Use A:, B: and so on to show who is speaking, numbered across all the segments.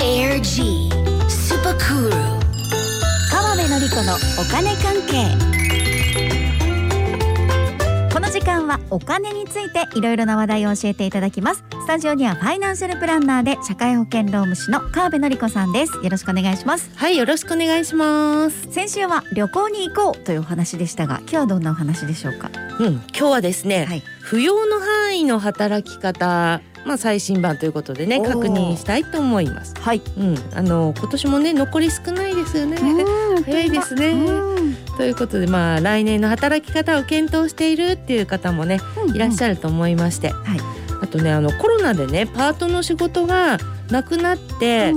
A: G スーパークール
B: 川辺典子のお金関係この時間はお金についていろいろな話題を教えていただきますスタジオにはファイナンシャルプランナーで社会保険労務士の川辺典子さんですよろしくお願いします
C: はい、よろしくお願いします。
B: 先週は旅行に行こうというお話でしたが今日はどんなお話でしょうか
C: うん、今日はですね、
B: はい
C: 扶養の範囲の働き方、まあ最新版ということでね、
B: おー
C: 確認したいと思います。
B: はい
C: うん、あの今年もね残り少ないですよね。早いですね。ということで、まあ来年の働き方を検討しているっていう方もね、いらっし
B: ゃ
C: ゃると思いまして、
B: はい
C: あとね、あのコロナでね、パートの仕事がなくなって、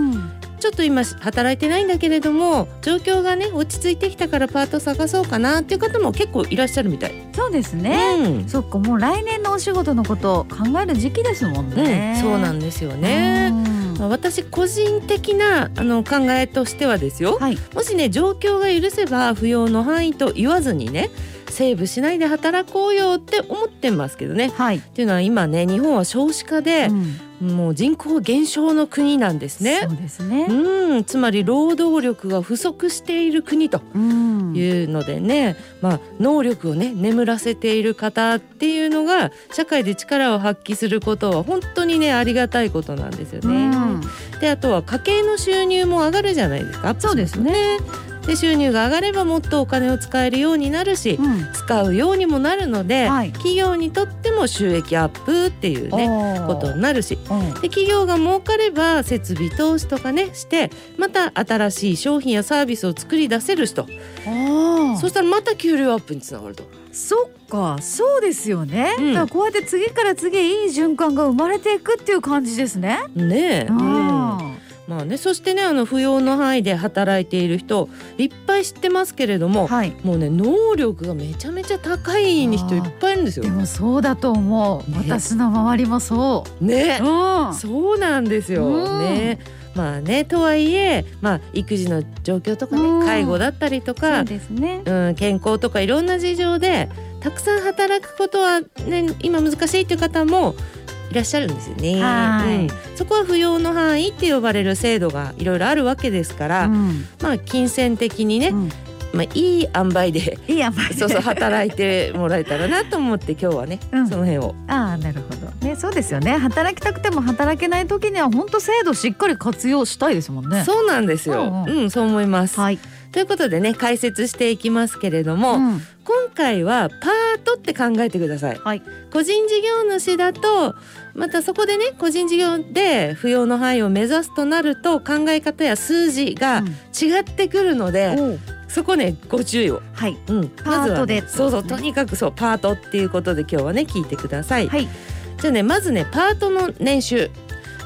C: ちょっと今働いてないんだけれども状況がね落ち着いてきたからパート探そうかなっていう方も結構いらっしゃるみたい。
B: そうですね、
C: うん
B: そっかもう来年のお仕事のことを考える時期ですもんね、
C: うん、そうなんんですよね。まあ私個人的なあの考えとしてはですよ
B: はい
C: もしね状況が許せば扶養の範囲と言わずにねセーブしないで働こうよって思ってますけどね。
B: はい、
C: っていうのは今ね日本は少子化で
B: う、ん
C: もう人口減少の国なんですね
B: そ。うですね
C: うん、つまり労働力が不足している国と
B: うん
C: いうのでね、まあ、能力をね眠らせている方っていうのが社会で力を発揮することは本当にねありがたいことなんですよ
B: う
C: ね。
B: ん
C: であとは家計の収入も上がるじゃないですか。
B: そうですね
C: で収入が上がればもっとお金を使えるようになるし
B: うん
C: 使うようにもなるので、
B: はい
C: 企業にとっても収益アップっていうね
B: おー
C: ことになるし
B: うん
C: で企業が儲かれば設備投資とかねしてまた新しい商品やサービスを作り出せるしと
B: あー
C: そしたらまた給料アップにつながると。
B: そっかそうですよね、
C: うん
B: だからこうやって次から次へいい循環が生まれていくっていう感じですね、
C: ねえ、うん
B: あ
C: ま
B: ー
C: あねそしてねあの扶養の範囲で働いている人いっぱい知ってますけれども、
B: はい
C: もうね能力がめちゃめちゃ高い人いっぱいいるんですよ
B: で。もそうだと思う、
C: ね
B: 私の周りもそ
C: ね
B: う、うん
C: そうなんですよ、
B: うん
C: ねまあねとはいえ、まあ、育児の状況とかね、
B: うん
C: 介護だったりと
B: そ
C: か
B: う、ですね
C: うん、健康とかいろんな事情でたくさん働くことは、ね、今難しいという方もいらっしゃるんですよね。
B: はい
C: うんそこは扶養の範囲って呼ばれる制度がいろいろあるわけですから、
B: うん
C: まあ金銭的にね、
B: うん
C: まあ、いい塩 梅で
B: いいやばい
C: そうそう働いてもらえたらなと思って今日はね、
B: うん
C: その辺を
B: ああなるほどねそうですよね働きたくても働けない時には本当制度しっかり活用したいですもんね
C: そうなんですよ、
B: う
C: うんん
B: う
C: そう思います、
B: はい、
C: ということでね解説していきますけれど
B: う
C: も、
B: ん、
C: 今回はパートって考えてください、
B: はい
C: 個人事業主だとまたそこでね個人事業で扶養の範囲を目指すとなると考え方や数字が違ってくるので、
B: うんおう
C: そこねご注意を、
B: はい
C: うん、まず
B: パー
C: は
B: ト
C: ね
B: で
C: そうそうとにかくそうパートっていうことで今日はね聞いてください、
B: はい
C: じゃあねまずねパートの年収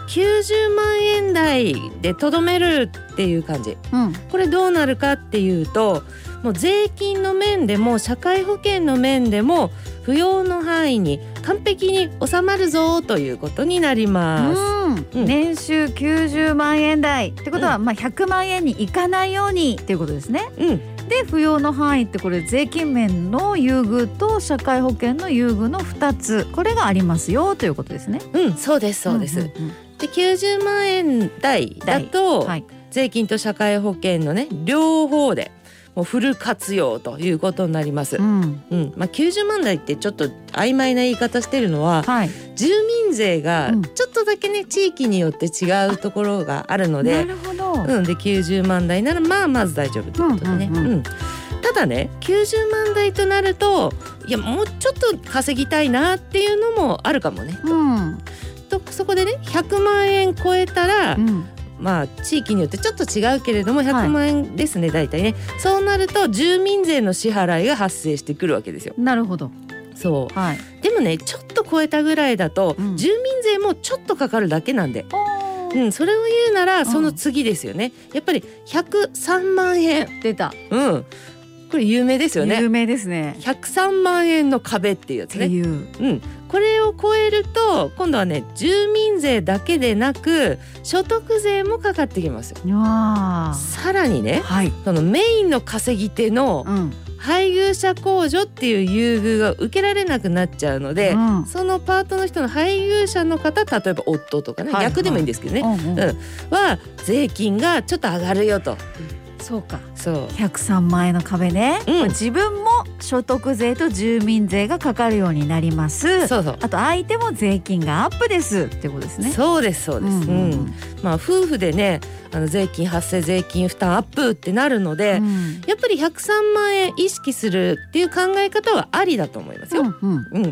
C: 90万円台でとどめるっていう感じ
B: うん
C: これどうなるかっていうともう税金の面でも社会保険の面でも扶養の範囲に完璧に収まるぞということになります。
B: うん
C: うん
B: 年収90万円台ってことは、
C: う
B: まあ100万円にいかないようにっていうことですね。
C: うん、
B: で扶養の範囲ってこれ税金面の優遇と社会保険の優遇の2つこれがありますよということですね。
C: うん、そうですそうです。
B: んんうん
C: で90万円台だと、
B: はい
C: 税金と社会保険のね両方でもうフル活用ということになります。
B: うん
C: うん、まあ90万台ってちょっと曖昧な言い方してるのは
B: はい、
C: 住民税が
B: うん
C: ちょっとだけね地域によって違うところがあるので
B: な、るほど、
C: うん、で90万台ならまあまず大丈夫ということでね、
B: う
C: うんん
B: うんう
C: ただね90万台となるといやもうちょっと稼ぎたいなっていうのもあるかもね
B: うん
C: とそこでね100万円超えたら、
B: うん
C: まあ地域によってちょっと違うけれども
B: はい
C: 100万円ですね、大体ねそうなると住民税の支払いが発生してくるわけですよ
B: なるほど
C: そ
B: はい。
C: うでもねちょっと超えたぐらいだと、
B: うん
C: 住民税もちょっとかかるだけなんで
B: お
C: う
B: ー
C: ん、それを言うな
B: ん
C: らその次ですよね、やっぱり103万円
B: 出た
C: うん、これ有名ですよ
B: 有
C: ね。
B: 名ですね。
C: 103万円の壁っていうやつ
B: って
C: ね。
B: いう
C: うん、これを超えると今度はね住民税だけでなく所得税もかかってきます。
B: あ
C: さらにね
B: はい、
C: そのメインの稼ぎ手の
B: うん、
C: 配偶者控除っていう優遇が受けられなくなっちゃうので、
B: うん
C: そのパートの人の配偶者の方例えば夫とかね、
B: はい
C: 逆でもいいんですけどね、
B: うんうん
C: は税金がちょっと上がるよと
B: そうか
C: そう
B: 103万円の壁ね、
C: うん
B: 自分も所得税と住民税がかかるようになります
C: そうそう
B: あと相手も税金がアップですってことですね
C: そうですそうです、うん
B: んん
C: まあ夫婦でねあの税金発生税金負担アップってなるので、
B: うん
C: やっぱり103万円意識するっていう考え方はありだと思いますよ。
B: うんうん
C: うん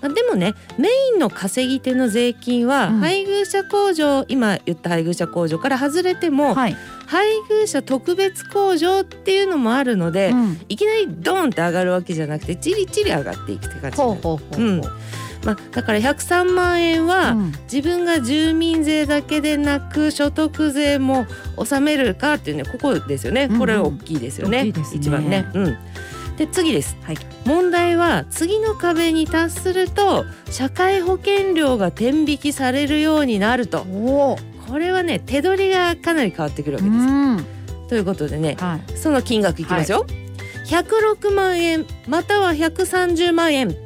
C: まあ、でもねメインの稼ぎ手の税金は
B: うん
C: 配偶者控除、今言った配偶者控除から外れても、
B: はい、
C: 配偶者特別控除っていうのもあるので、
B: うん
C: いきなりドーンって上がるわけじゃなくてチリチリ上がっていくって感じに
B: ほう
C: なる、
B: ほうほうほう、
C: うんまあ、だから103万円は、
B: うん
C: 自分が住民税だけでなく所得税も納めるかっていうねここですよね
B: うんうん
C: これ大きいですよね,、
B: 大きいですね
C: 一番ね。うん、で次です、
B: はい
C: 問題は次の壁に達すると社会保険料が天引きされるようになると
B: おお、
C: これはね手取りがかなり変わってくるわ
B: う
C: けです。
B: ん、
C: ということでね
B: はい、
C: その金額いきますよ。106万円または130万円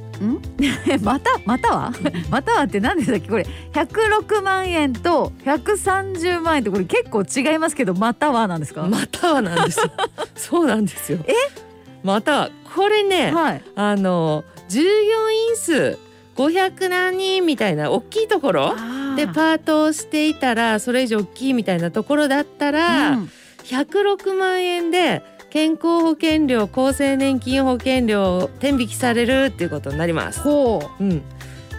B: えまたまたはまたはって何でしたっけこれ106万円と130万円ってこれ結構違いますけどまたはなんですか、
C: またはな んですよそうなんですよえまたはこれね、
B: はい
C: あの従業員数500何人みたいな大きいところで
B: ッ
C: パートをしていたらそれ以上大きいみたいなところだったら、106万円で健康保険料厚生年金保険料天引きされるっていうことになります。
B: ほ
C: うん、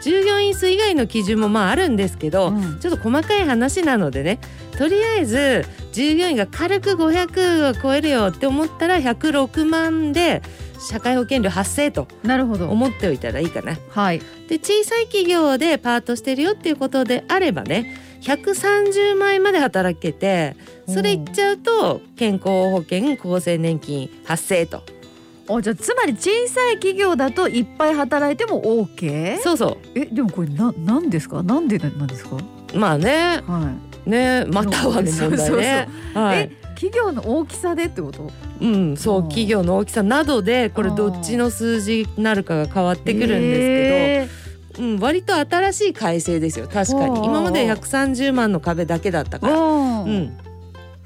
C: 従業員数以外の基準もまああるんですけ
B: う、
C: ど、
B: うん
C: ちょっと細かい話なのでねとりあえず従業員が軽く500を超えるよって思ったら106万で社会保険料発生と
B: なるほど
C: 思っておいたらいいかな。
B: はい
C: で小さい企業でパートしてるよっていうことであればね130万円まで働けてそれいっちゃうと健康保険厚生年金発生と
B: おじゃあつまり小さい企業だといっぱい働いても OK
C: そうそ
B: えでもこれななんですかなんでなんですか
C: うまあね
B: は
C: ねまたはの問題ね。
B: い、
C: は
B: え
C: い、
B: 企業の大きさでってこと
C: うん、そううん企業の大きさなどでこれ
B: あー
C: どっちの数字になるかが変わってくるんです
B: す
C: けど、うん、割と新しい改正ですよ確か
B: おー
C: に今まで130万の壁だけだったから、
B: うん
C: うん、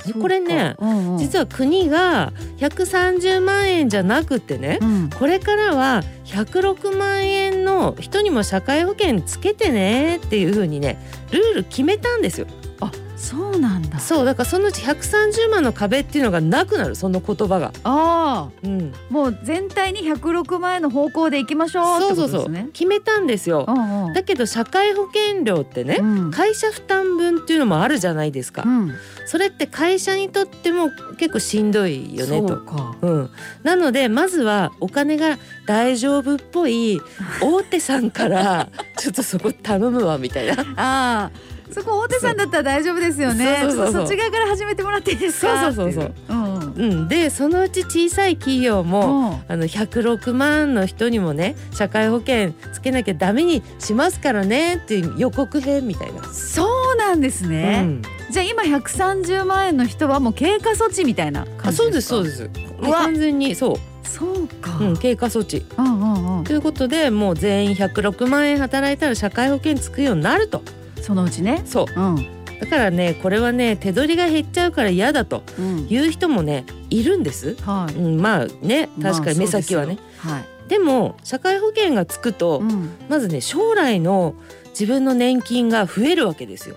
B: そうか
C: これね、
B: うんうん、
C: 実は国が130万円じゃなくてね
B: うん、
C: これからは106万円の人にも社会保険つけてねっていう風にねルール決めたんですよ
B: あそうなんだ
C: そうだからそのうち130万の壁っていうのがなくなるその言葉が、
B: あ
C: うん、
B: あもう全体に106万円の方向でいきましょうって
C: そう
B: こと
C: そう
B: で
C: そ
B: すね
C: う決めたんですよ
B: うんうん
C: だけど社会保険料ってね
B: うん
C: 会社負担分っていうのもあるじゃないですか
B: うん
C: それって会社にとっても結構しんどいよね
B: そ
C: と
B: うか
C: うん、なのでまずはお金が大丈夫っ ぽい大手さんからちょっとそこ頼むわみたい な
B: ああそこ大手さんだったら大丈夫ですよね
C: そうそうそうそう
B: ちょっとそっち側から始めてもらっていいですか
C: そうそうそう
B: っていうんうん
C: うん、でそのうち小さい企業も、
B: うん
C: あの106万の人にもね社会保険つけなきゃダメにしますからねっていう予告編みたいな。
B: そうなんです
C: う
B: ね、
C: ん
B: じゃあ今130万円の人はもう経過措置みたいな
C: あ
B: 感じ
C: そうで
B: ですす
C: そう
B: で
C: です。
B: うわ
C: 完全にそ
B: すそうか、
C: う、うん、経過措置
B: うんうんうん
C: ということでもう全員106万円働いたら社会保険つくようになると
B: そのうちね
C: そう
B: うん
C: だからねこれはね手取りが減っちゃうから嫌だと
B: うん
C: いう人もねいるんです、
B: は
C: う
B: い
C: ん、まあね
B: まあ
C: 確かに目先はね、
B: そうですよはい
C: でも社会保険がつくと、
B: うん
C: まずね将来の自分の年金が増えるわけですよ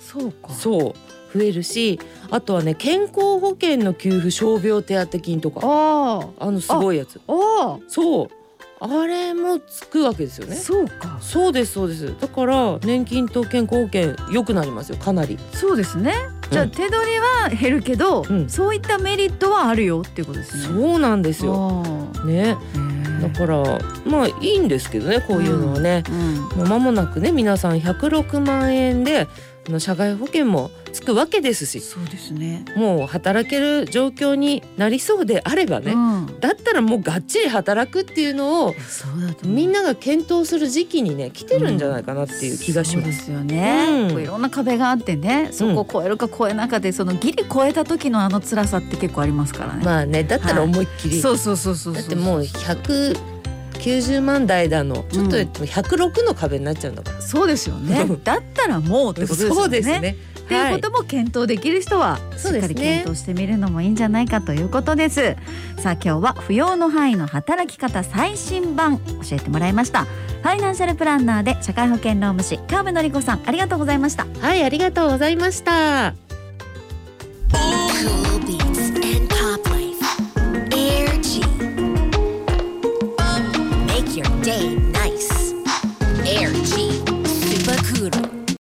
B: そうか
C: そう増えるしあとはね健康保険の給付傷病手当金とか
B: あ
C: あのすごいやつ
B: ああ
C: そうあれもつくわけですよ
B: あ、
C: ね
B: そうか
C: そうですそうですだから年金と健康保険良くなりますよかなり
B: そうですねじゃあ
C: うん
B: 手取りは減るけど、
C: うん
B: そういったメリットはあるよっていうことですね
C: そううなんで
B: です
C: よねだからまあいいんですけどねこういうのはね、
B: うん
C: もう間もなくね皆さん106万円であの社外保険もつくわけですし
B: そうですね。
C: もう働ける状況になりそうであればね、
B: うん、
C: だったらもうがっちり働くっていうのを
B: そうだと思う
C: みんなが検討する時期にね来てるんじゃないかなっていう気がし
B: そう
C: ま。
B: ですすよね、
C: うん
B: こういろんな壁があってねそこを超えるか超えなかでそのギリ超えた時のあの辛さって結構ありますからね。
C: まあねだったら思いっきり、
B: そうそうそうそうそう
C: だってもう190万台だのちょっと言っても106の壁になっちゃうんだから、
B: そうですよねだったらもうってことですよね。
C: そうですね。
B: っていうことも検討できる人はし
C: そう
B: っ
C: で
B: か
C: す
B: り
C: ね
B: 検討してみるのもいいんじゃないかということですさあ今日は扶養の範囲の働き方最新版教えてもらいましたファイナンシャルプランナーで社会保険労務士川部典子さんありがとうございました
C: はい、はい、ありがとうございました。